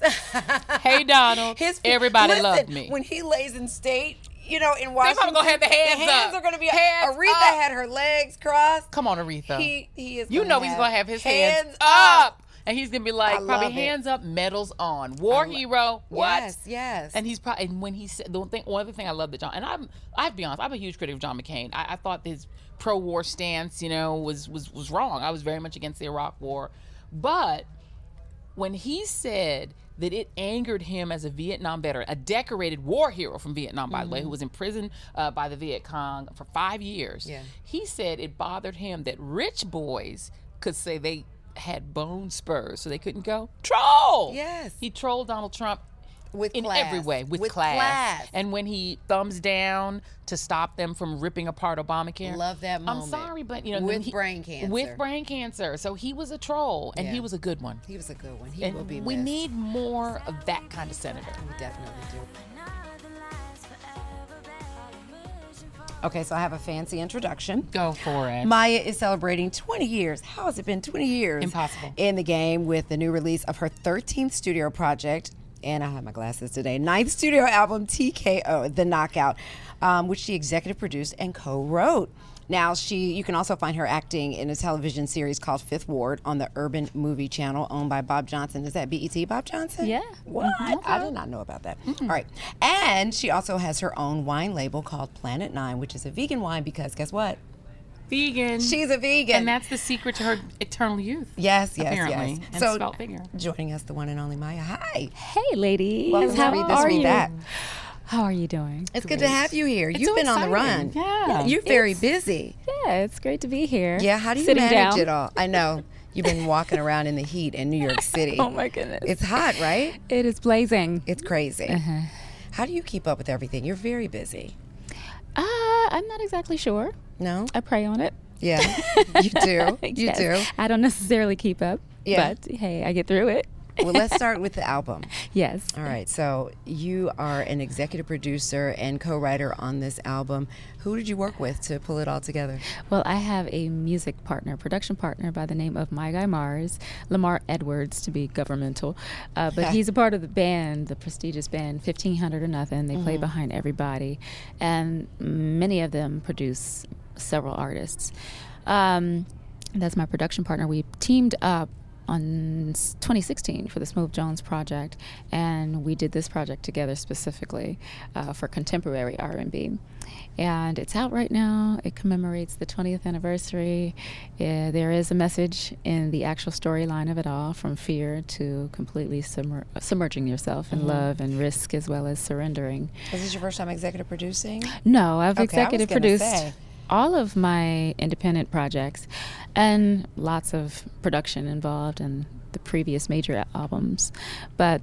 *laughs* Hey, Donald, everybody listen, loved me." When he lays in state, you know, in They Washington, probably gonna have the hands the hands up. are going to be. Hands Aretha up. had her legs crossed. Come on, Aretha. He he is. you gonna know he's gonna have his hands, up. and he's gonna be like, I probably love it. hands up, medals on, war hero. What? Yes, yes. And he's probably and when he said the one thing, one other thing I love that John and I'm I've be honest, I'm a huge critic of John McCain. I, I thought his pro-war stance, you know, was was was wrong. I was very much against the Iraq War, but when he said that it angered him as a Vietnam veteran, a decorated war hero from Vietnam, by Mm-hmm. the way, who was imprisoned uh, by the Viet Cong for five years. Yeah. He said it bothered him that rich boys could say they had bone spurs, so they couldn't go. Troll. Yes. He trolled Donald Trump With in class. every way with, With class. class. And when he thumbs down to stop them from ripping apart Obamacare. Love that moment. I'm sorry, but you know, With he- brain cancer. With brain cancer. So he was a troll and Yeah. he was a good one. He was a good one. He And will be we missed. need more of that kind of senator. We definitely do. Another last forever, babe. Wishing for Okay, so I have a fancy introduction. Go for it. Maya is celebrating 20 years. How has it been 20 years? Impossible. In the game with the new release of her 13th studio project. And I have my glasses today. Ninth studio album, TKO, The Knockout, um, which she executive produced and co wrote. Now, she you can also find her acting in a television series called Fifth Ward on the Urban Movie Channel, owned by Bob Johnson. Is that BET Bob Johnson? Yeah. Mm-hmm. What? I did not know about that. All right. And she also has her own wine label called Planet Nine, which is a vegan wine because guess what? vegan. She's a vegan. and that's the secret to her eternal youth. yes, yes, apparently. yes. And spelled bigger. joining us, the one and only Maya. Hi. Hey, ladies. Welcome How to Read This, are Read you? That. How are you doing? It's good to have you here. You've so been on the run. exciting. Yeah. You're very busy. Yeah, it's great to be here. Yeah. How do you Sitting manage down. it all? I know you've been walking around in the heat in New York City. Oh my goodness. It's hot, right? It is blazing. It's crazy. How do you keep up with everything? You're very busy. Uh, I'm not exactly sure. No. I pray on it. Yeah. You *laughs* do. Oh, You Uh, Yes. do. I don't necessarily keep up. Yeah. But hey, I get through it. Well, let's start with the album. Yes. All right. So you are an executive producer and co-writer on this album. Who did you work with to pull it all together? Well, I have a music partner, production partner by the name of My Guy Mars, Lamar Edwards to be governmental, uh, but he's a part of the band, the prestigious band 1500 or Nothing. They play behind everybody, and many of them produce several artists. Um, that's my production partner. We teamed up on s- 2016 for the Smooth Jones project, and we did this project together specifically uh, for contemporary R&B. And it's out right now. It commemorates the 20th anniversary. Yeah, there is a message in the actual storyline of it all, from fear to completely submer- submerging yourself in love and risk, as well as surrendering. Is this your first time executive producing? No, I've Okay, I was executive gonna produced say. all of my independent projects and lots of production involved in the previous major albums. But,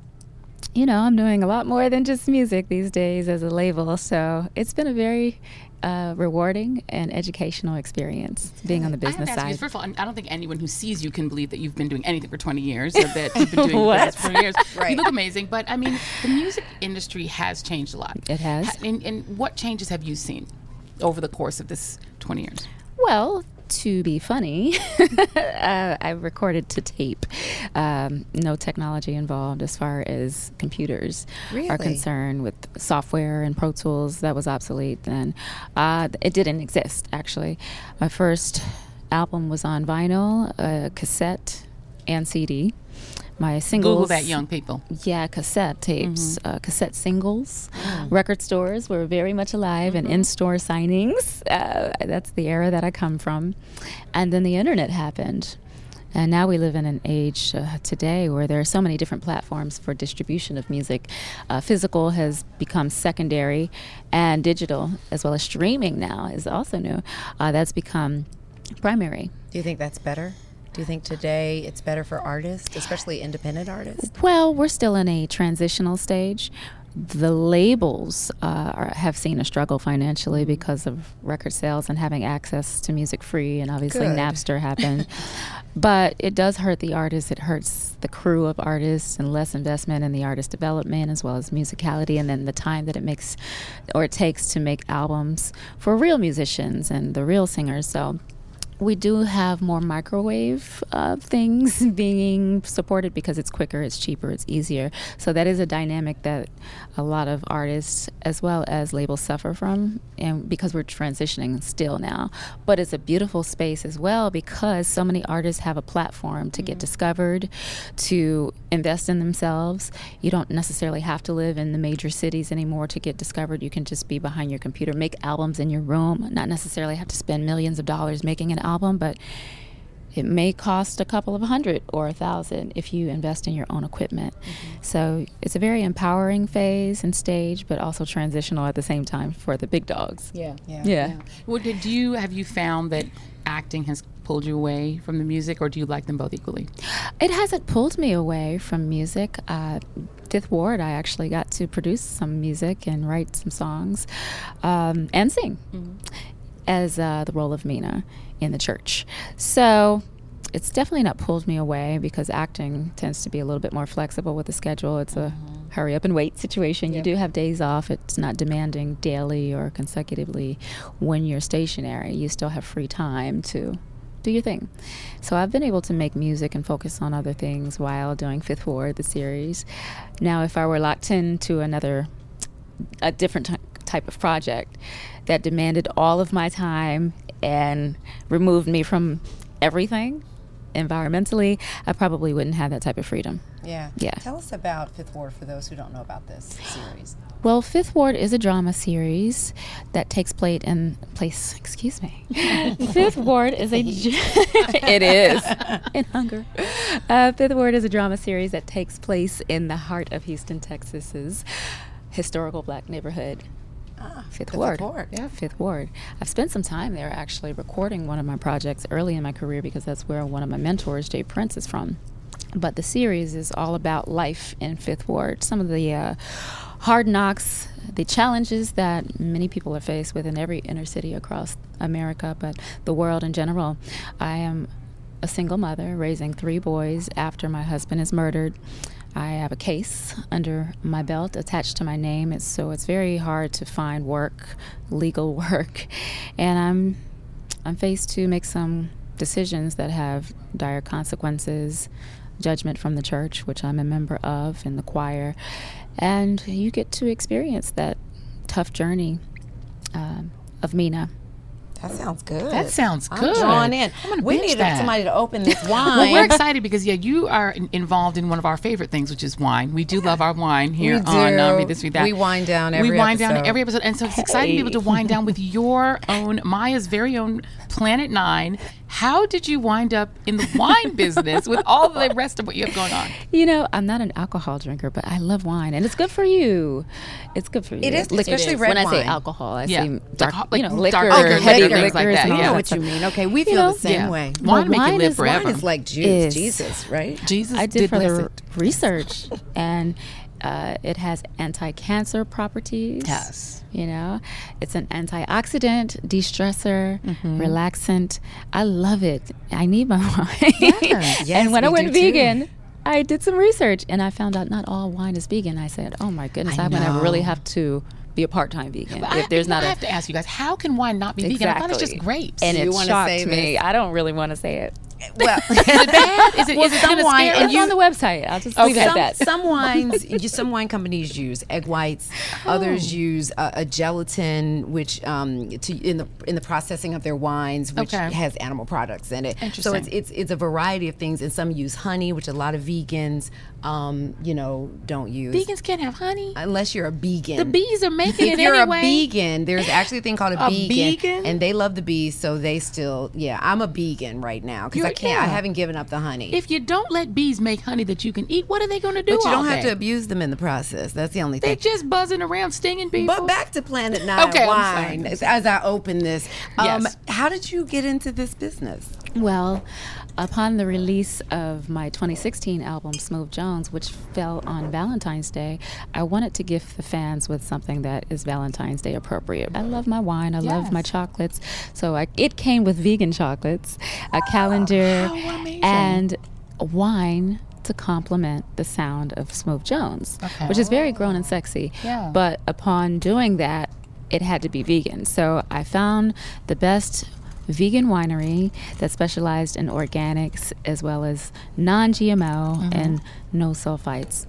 you know, I'm doing a lot more than just music these days as a label. So it's been a very uh, rewarding and educational experience being on the I have business to ask you, side. first of all, I don't think anyone who sees you can believe that you've been doing anything for 20 years or that you've *laughs* been doing What? this for 20 years. Right. You look amazing, but I mean, the music industry has changed a lot. It has. Ha- And, and what changes have you seen over the course of this 20 years? Well, to be funny, *laughs* uh, I recorded to tape. Um, no technology involved as far as computers Really? are concerned with software and Pro Tools. That was obsolete then. Uh, it didn't exist, actually. My first album was on vinyl, uh, cassette, and CD. My singles. Google that, young people. Yeah, cassette tapes, uh, cassette singles. Record stores were very much alive and in store signings. Uh, that's the era that I come from. And then the internet happened. And now we live in an age uh, today where there are so many different platforms for distribution of music. Uh, physical has become secondary, and digital, as well as streaming now, is also new. Uh, that's become primary. Do you think that's better? Do you think today it's better for artists, especially independent artists? Well, we're still in a transitional stage. The labels uh, are, have seen a struggle financially because of record sales and having access to music free, and obviously Good. Napster happened. but it does hurt the artists. It hurts the crew of artists and less investment in the artist development as well as musicality, and then the time that it makes or it takes to make albums for real musicians and the real singers. So we do have more microwave uh, things *laughs* being supported because it's quicker, it's cheaper, it's easier. So that is a dynamic that a lot of artists as well as labels suffer from, and because we're transitioning still now. But it's a beautiful space as well because so many artists have a platform to get discovered, to invest in themselves. You don't necessarily have to live in the major cities anymore to get discovered. You can just be behind your computer, make albums in your room, not necessarily have to spend millions of dollars making an album, but it may cost a couple of hundred or a thousand if you invest in your own equipment. Mm-hmm. So it's a very empowering phase and stage, but also transitional at the same time for the big dogs. Yeah. Yeah. What did you have you found that acting has pulled you away from the music, or do you like them both equally? It hasn't pulled me away from music. Uh, Fifth Ward, I actually got to produce some music and write some songs um, and sing as uh, the role of Mina in the church. So it's definitely not pulled me away because acting tends to be a little bit more flexible with the schedule. It's a hurry up and wait situation. You do have days off, it's not demanding daily or consecutively when you're stationary. You still have free time to do your thing. So I've been able to make music and focus on other things while doing Fifth Ward, the series. Now, if I were locked into another, a different ty- type of project that demanded all of my time and removed me from everything environmentally, I probably wouldn't have that type of freedom. Yeah. Yeah. Tell us about Fifth Ward for those who don't know about this series. Well, Fifth Ward is a drama series that takes place in place. Excuse *laughs* me. Fifth Ward is a. j- *laughs* it is *laughs* in hunger. Uh, Fifth Ward is a drama series that takes place in the heart of Houston, Texas's historical black neighborhood. Fifth the Ward. Fifth Ward. Yeah, Fifth Ward. I've spent some time there actually recording one of my projects early in my career because that's where one of my mentors, Jay Prince, is from. But the series is all about life in Fifth Ward, some of the uh, hard knocks, the challenges that many people are faced with in every inner city across America, but the world in general. I am a single mother raising three boys after my husband is murdered. I have a case under my belt attached to my name, it's, so it's very hard to find work, legal *laughs* work, and I'm I'm faced to make some decisions that have dire consequences, judgment from the church, which I'm a member of, and the choir, and you get to experience that tough journey um, of Mina. That sounds good. That sounds I'm good. drawn in. I'm gonna we binge need that. somebody to open this Well, wine. we're excited because yeah, you are in- involved in one of our favorite things, which is wine. We do love our wine here We on uh, do. Read This Read That. We wind down we every wind down episode. every episode, and so it's exciting to be able to wind down with your own Maya's very own Planet Nine. How did you wind up in the *laughs* wine business with all the rest of what you have going on? You know, I'm not an alcohol drinker, but I love wine, and it's good for you. It's good for you. It is, Liquor- especially is. red when I wine. say alcohol, I Yeah. see Like dark, hot- you know, like liquor, dark liquor, heavy liquor, liquors like that, and all I know that what stuff. you mean. Okay, we feel know, the same yeah. way. Wine Well, make wine you live is- forever. wine Mine is like juice, Is- Jesus, right? *laughs* Jesus I did bless further it. research, and uh, it has anti-cancer properties. Yes. you know, it's an antioxidant, de-stressor, Mm-hmm. relaxant. I love it. I need my *laughs* wine. Yes, and when I we went do too. vegan. I did some research and I found out not all wine is vegan. I said, "Oh my goodness, I'm going to really have to be a part-time vegan I, if there's you know, not I a have to ask you guys, how can wine not be vegan? I thought it's just grapes. And Do you it wanna shocked say me. I don't really want to say it. Well, is it bad? *laughs* Is it, is it gonna wine- scare and us? It's on the website. I'll Oh, just leave it some, at that. some wines, you, some wine companies use egg whites. Oh. Others use uh, a gelatin, which um, to in the in the processing of their wines, which Okay. has animal products in it. So Interesting. it's, it's it's a variety of things, and some use honey, which a lot of vegans, um, you know, don't use Vegans can't have honey. unless you're a vegan. The bees are making if it you're anyway. a vegan, there's actually a thing called a, A vegan, vegan? and they love the bees, so they still. Yeah, I'm a vegan right now because I You're- can't. I yeah. haven't given up the honey. if you don't let bees make honey that you can eat, what are they going to do? but you all don't have day? to abuse them in the process. That's the only They thing. just buzzing around stinging people. But back to Planet Nine *laughs* Okay, I'm sorry. Wine. As, as I open this, um, Yes. how did you get into this business? Well, upon the release of my 2016 album, Smooth Jones, which fell on Valentine's Day, I wanted to gift the fans with something that is Valentine's Day appropriate. I love my wine, I love my Yes. chocolates. So I, it came with vegan chocolates, a calendar, Oh, how amazing. and wine to complement the sound of Smooth Jones, Okay. which is very grown and sexy. Yeah. But upon doing that, it had to be vegan. So I found the best vegan winery that specialized in organics as well as non GMO Mm-hmm. and no sulfites.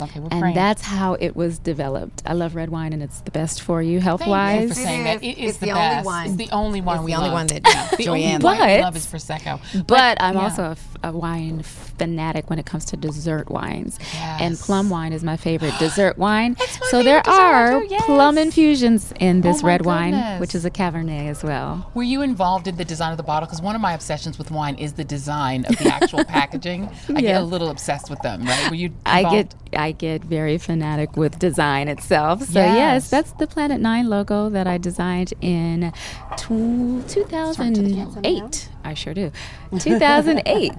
okay, we're And praying. that's how it was developed. I love red wine and it's the best for you health Thank you for wise. saying that. It is. It is the, It's the only best. one. It's the only one It's we the only love. one that, yeah, *laughs* the *laughs* only Joanne one we likes. love is prosecco. But I'm yeah. also a, f- a wine fanatic when it comes to dessert wines. And Yes. plum wine is my favorite *gasps* dessert wine. It's my so favorite there dessert wine are too, yes. Oh plum infusions in this my red wine, goodness. which is a Cabernet as well. Were you involved in the design of the bottle? Because one of my obsessions with *laughs* wine is the design of the actual packaging. I get a Yeah. little obsessed with them, right? Were you? I involved? get I get very fanatic with design itself. So Yes. yes, that's the Planet Nine logo that I designed in tw- 2008. I sure do. *laughs* 2008,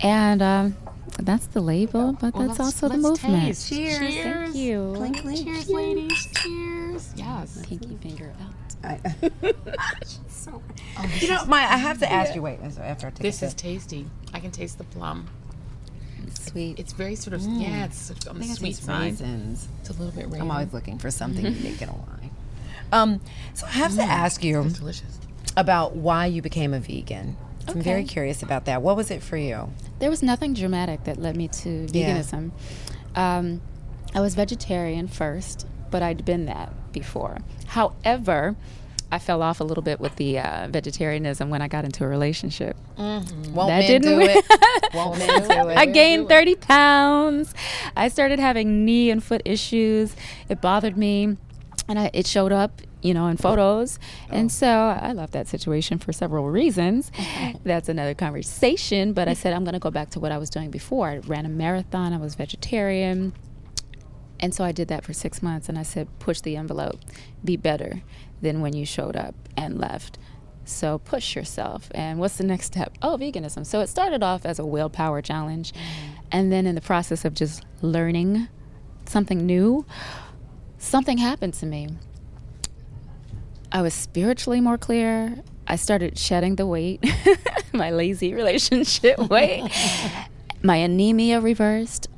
and um, that's the label, but that's also the movement. Cheers. Thank you. Clink, clink. Cheers, ladies. Cheers. Yes. Pinky finger out. You know, Maya, I have to ask you. Wait, after I take This a is sip. tasty. I can taste the plum. Sweet. It's very sort of yeah, it's sort of on the Look at sweet these side. raisins. It's a little bit I'm raisin. always looking for something unique in a *laughs* wine. Um, so I have to ask you Delicious. about why you became a vegan. So I'm very Okay. curious about that. What was it for you? there was nothing dramatic that led me to Yeah. veganism. Um, I was vegetarian first, but I'd been that before. However, I fell off a little bit with the uh, vegetarianism when I got into a relationship. Won't That men didn't do win. it? Won't men do it? I gained 30 pounds. I started having knee and foot issues. It bothered me, and I, it showed up, you know, in photos. Oh. And so I left that situation for several *laughs* reasons. That's another conversation. But I said I'm going to go back to what I was doing before. I ran a marathon. I was vegetarian. And so I did that for six months, and I said, push the envelope, be better than when you showed up and left. So push yourself. And what's the next step? Oh, veganism. So it started off as a willpower challenge. And then in the process of just learning something new, something happened to me. I was spiritually more clear. I started shedding the weight, *laughs* my lazy relationship weight. my anemia reversed.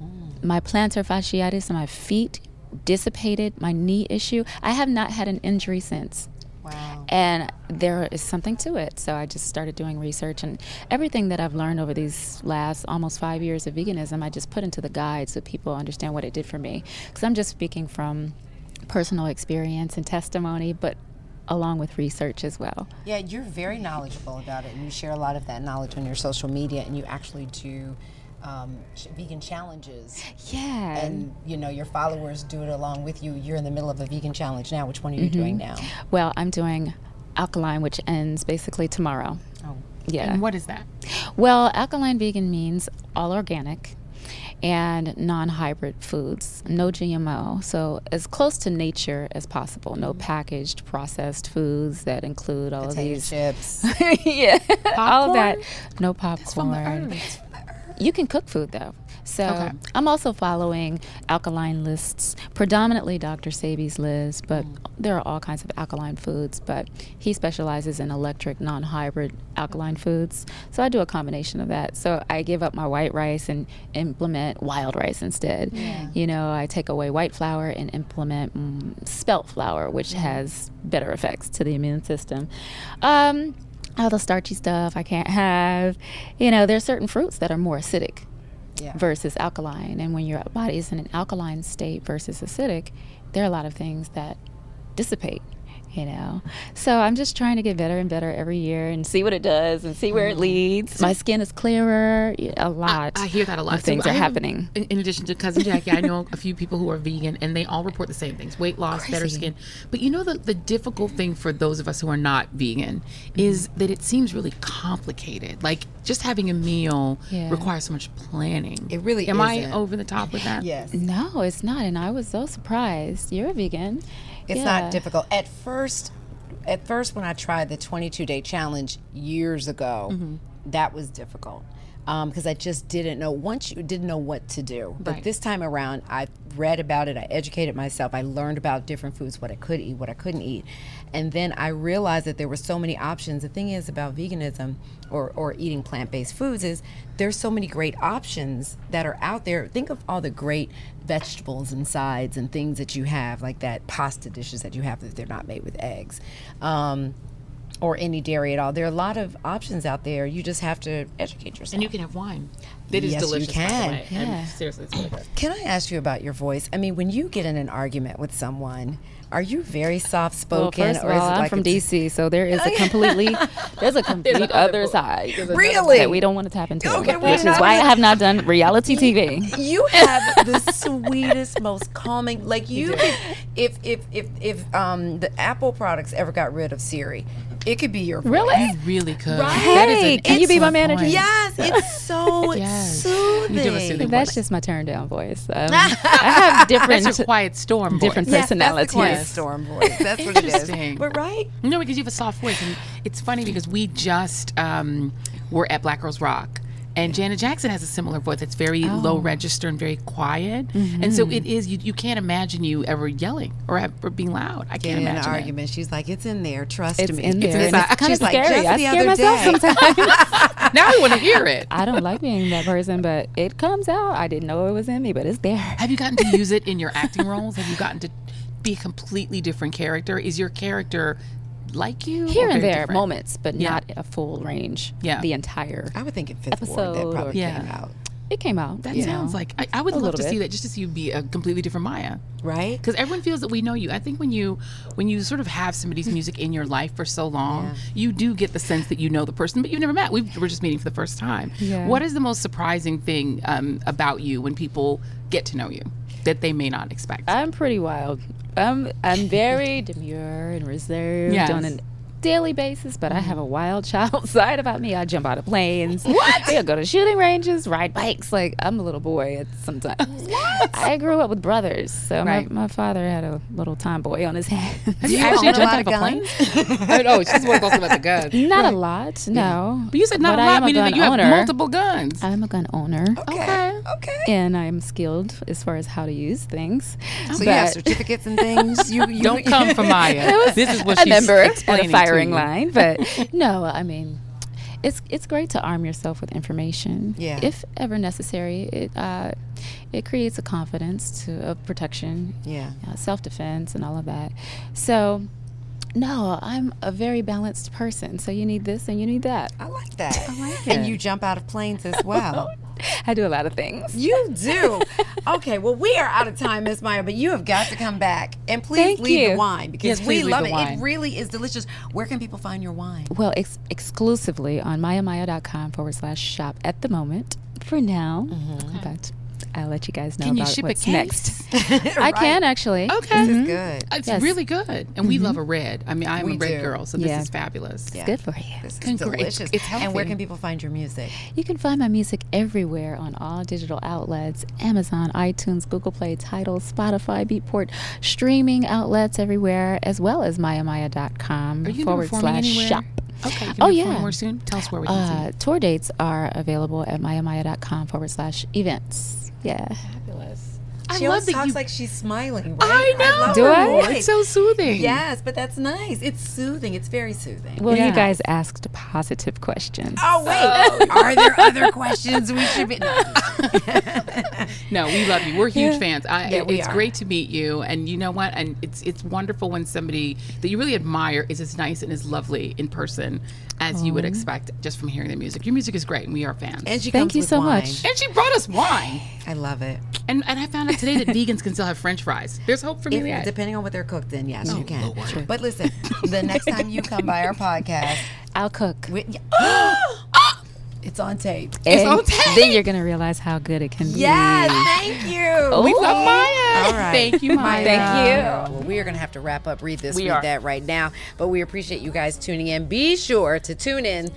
My plantar fasciitis in my feet dissipated. My knee issue. I have not had an injury since. Wow. And there is something to it. So I just started doing research, and everything that I've learned over these last almost five years of veganism, I just put into the guide so people understand what it did for me. Because I'm just speaking from personal experience and testimony, but along with research as well. Yeah, you're very knowledgeable about it, and you share a lot of that knowledge on your social media, and you actually do um, sh- vegan challenges. Yeah. And you know your followers do it along with you. You're in the middle of a vegan challenge now. Which one are you doing now? Well, I'm doing alkaline, which ends basically tomorrow. Oh, Yeah. And what is that? Well, alkaline vegan means all organic and non hybrid foods, no GMO. So, as close to nature as possible, no packaged processed foods that include all of potato these. chips. *laughs* yeah. All that. No popcorn. From the earth. You can cook food though. So I'm also following alkaline lists, predominantly Dr. Sabi's list, but Mm. there are all kinds of alkaline foods. But he specializes in electric, non hybrid alkaline foods. So I do a combination of that. So I give up my white rice and implement wild rice instead. You know, I take away white flour and implement mm, spelt flour, which Mm. has better effects to the immune system. Um, all the starchy stuff I can't have. You know, there's certain fruits that are more acidic Yeah. versus alkaline. And when your body is in an alkaline state versus acidic, there are a lot of things that dissipate, you know. So I'm just trying to get better and better every year and see what it does and see where it leads. My skin is clearer, y- a lot. Mm-hmm. I hear that a lot. of things I are have- happening. In, in addition to cousin Jackie, I know a few people who are vegan, and they all report the same things: weight loss, better skin. But you know, the the difficult thing for those of us who are not vegan is that it seems really complicated. Like just having a meal Yeah. requires so much planning. It really Am I isn't. over the top with that? Yes. No, it's not. And I was so surprised. You're a vegan. It's Yeah. not difficult. At first, at first when I tried the 22 day challenge years ago, that was difficult because I just didn't know. Once you didn't know what to do, but Right. this time around, I read about it. I educated myself. I learned about different foods, what I could eat, what I couldn't eat, and then I realized that there were so many options. The thing is about veganism or or eating plant based foods is there's so many great options that are out there. Think of all the great vegetables and sides and things that you have, like that pasta dishes that you have that they're not made with eggs. Um, or any dairy at all. There are a lot of options out there. You just have to educate yourself. And you can have wine. That is Yes, you delicious. by the can. way. And seriously, it's really good. Can I ask you about your voice? I mean, when you get in an argument with someone, are you very soft Well, spoken? first of or is all, it I'm like from it's- DC, so there Oh, is a *laughs* completely, there's a complete other other, pool. side. Really? That we don't want to tap into, Okay, we're which is not- why I have not *laughs* done reality *laughs* TV. You have the sweetest, most calming. Like you, could, if if if if um the Apple products ever got rid of Siri, it could be your voice. Really? Really good. Right? Hey, can you be my manager? *laughs* Yes, it's so Yes. soothing. You do have a soothing That's just my turn down voice. *laughs* Um, I have different That's your quiet storm. different voice. Yes, that's the quiet personalities. storm voice. That's what it Interesting. is. But right? No, because you have a soft voice, and it's funny because we just um, were at Black Girls Rock. And Janet Jackson has a similar voice. It's very Oh. low register and very quiet, and Mm-hmm. so it is. You, you can't imagine you ever yelling or, have- or being loud. I can't In an imagine. it. argument, she's like, "It's in there. Trust It's me. in there. and inside." it's kind of She's like, scary. "Just I the scare other myself day." *laughs* sometimes. Now I want to hear *laughs* it. I don't like being that person, but it comes out. I didn't know it was in me, but it's there. Have you gotten to use it in your acting roles? Have you gotten to be a completely different character? Is your character like you or Here very and there, different? moments, but Yeah. not a full range. Yeah. The entire. I would think in fifth ward Episode that or- probably Yeah. came out, It came out. That you sounds know. like I, I would love little to see bit. that just to see you be a completely different Maya. right? because everyone feels that we know you. I think when you when you sort of have somebody's music in your life for so long, you do get the sense that you know the person, but you've never met. We've, we're just meeting for the first time. Yeah. What is the most surprising thing um, about you when people get to know you that they may not expect? I'm pretty wild. I'm I'm very demure and reserved Yes. on a daily basis, but I have a wild child *laughs* side about me. I jump out of planes. We'll go to shooting ranges, ride bikes. Like I'm a little boy at sometimes. I grew up with brothers, so Right. my, my father had a little tomboy on his *laughs* Have hand. You you actually own a jumped lot out of a of plane? I know she's one of those about the guns. Not a lot, no. But you said not But a I lot, am a meaning that gun you have owner. multiple guns. I'm a gun owner, *laughs* Okay. Okay. and I'm skilled as far as how to use things. So you have But- certificates and *laughs* things. You, you *laughs* Don't come for *laughs* Maya. this is what a she's member at explaining a to firing you. *laughs* line, but no, I mean, it's it's great to arm yourself with information, Yeah. if ever necessary. It uh, it creates a confidence to of protection, Yeah. uh, self defense, and all of that. So. No, I'm a very balanced person. So you need this and you need that. I like that. I like And it. you jump out of planes as *laughs* well. I do a lot of things. You do. Okay, well, we are out of time, Miss Meyer, but you have got to come back. And please Thank leave the you. wine because Yes, we please leave love the it. wine. It really is delicious. Where can people find your *laughs* wine? Well, ex- exclusively on mayamaya.com forward slash shop at the moment for now. Mm-hmm. But I'll let you guys know Can you about ship a what's case? next. I can actually. Okay. This is good. It's Yes. really good. And we love a red. I mean, I'm We a red do. girl, so Yeah. this is fabulous. Yeah. Good for you. This is And great. delicious. It's And where healthy. can people find your music? You can find my music everywhere on all digital outlets Amazon, iTunes, Google Play, Tidal, Spotify, Beatport, streaming outlets everywhere, as well as mayamaya.com Are you gonna be forward performing slash anywhere? shop. Okay. You Oh, oh, yeah. yeah. More soon. Tell us where we can see. you. Uh, tour dates are available at mayamaya.com forward slash events. Yeah. I She love always that talks you. like she's smiling. I Right? know. love Do her I? voice. It's so soothing. Yes, but that's nice. It's soothing. It's very soothing. Well, you Yes. guys asked positive questions. Oh wait, are there other questions we should be? No. No, we love you. We're huge fans. I, Yeah, we it's are. great to meet you. And you know what? And it's it's wonderful when somebody that you really admire is as nice and as lovely in person as you would expect just from hearing their music. Your music is great, and we are fans. And, And she Thank comes you with so wine. much. she brought us wine. I love it. And and I found out today that vegans can still have French fries. There's hope for me If- yet. depending on what they're cooked in, yes, you can. But listen, the next time you come by our podcast, I'll cook. we, it's on tape. And on tape. then you're going to realize how good it can be. Yes, thank you. We love Maya. All right. Thank you, Maya. Thank you. Well, we are going to have to wrap up Read This, Read We are. That right now. But we appreciate you guys tuning in. Be sure to tune in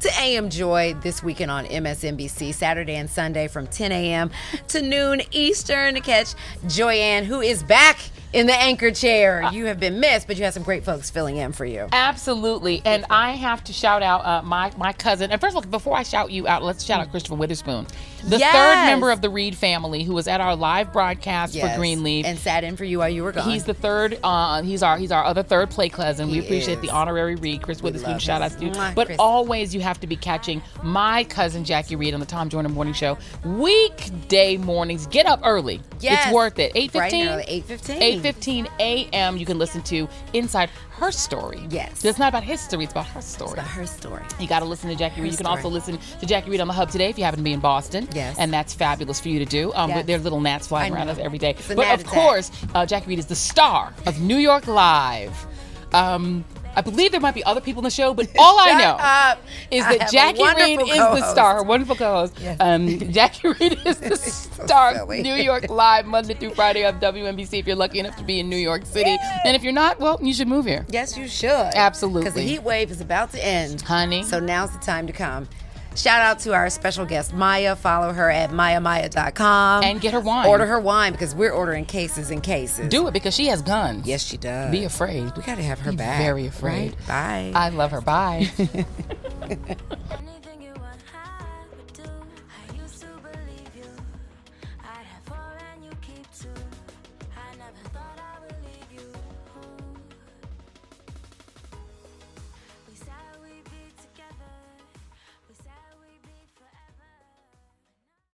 to AM Joy this weekend on MSNBC, Saturday and Sunday from 10 a.m. to noon Eastern to catch Joyanne, who is back in the anchor Uh. chair. You have been missed, but you have some great folks filling in for you. Absolutely, and I have to shout out uh, my my cousin. And first of all, before I shout you out, let's shout out Christopher Witherspoon, the Yes. third member of the Reed family, who was at our live broadcast Yes. for Greenleaf. And sat in for you while you were gone. He's the third. Uh, he's our he's our other third play cousin. we He appreciate the is. honorary Reed, Chris Witherspoon. love Shout him. out to you. Mwah, But Chris. always you have to be catching my cousin Jackie Reed on the Tom Joyner Morning Show weekday mornings. Get up early. Yes. It's worth it. Eight Bright and fifteen. early, 8:15. 8:15 a.m. You can listen to Inside Her Story. Yes. It's not about his story. It's about her story. About her story. You got to listen to Jackie Reed. You can story. also listen to Jackie Reed on the Hub today if you happen to be in Boston. Yes. And that's fabulous for you to do. Um, Yes. There are little gnats flying I around know. us every day. a but gnat of attack. course, uh, Jackie Reed is the star of New York Live. Um, I believe there might be other people in the *laughs* show, but all I Shut know up. is I that have a Jackie Reed wonderful is the co-host. star, her wonderful co-host. Yes. Um, Jackie Reed *laughs* is the star of silly. New York Live Monday through Friday on WNBC. If you're lucky enough to be in New York City, and if you're not, well, you should move here. Yes, you should. Absolutely. Because the heat wave is about to end. Honey. So now's the time to come. Shout out to our special guest, Maya. Follow her at mayamaya.com. And get her wine. Order her wine because we're ordering cases and cases. Do it because she has guns. Yes, she does. Be afraid. We got to have her Be back. Very afraid. *laughs* right? Bye. I love her. Bye.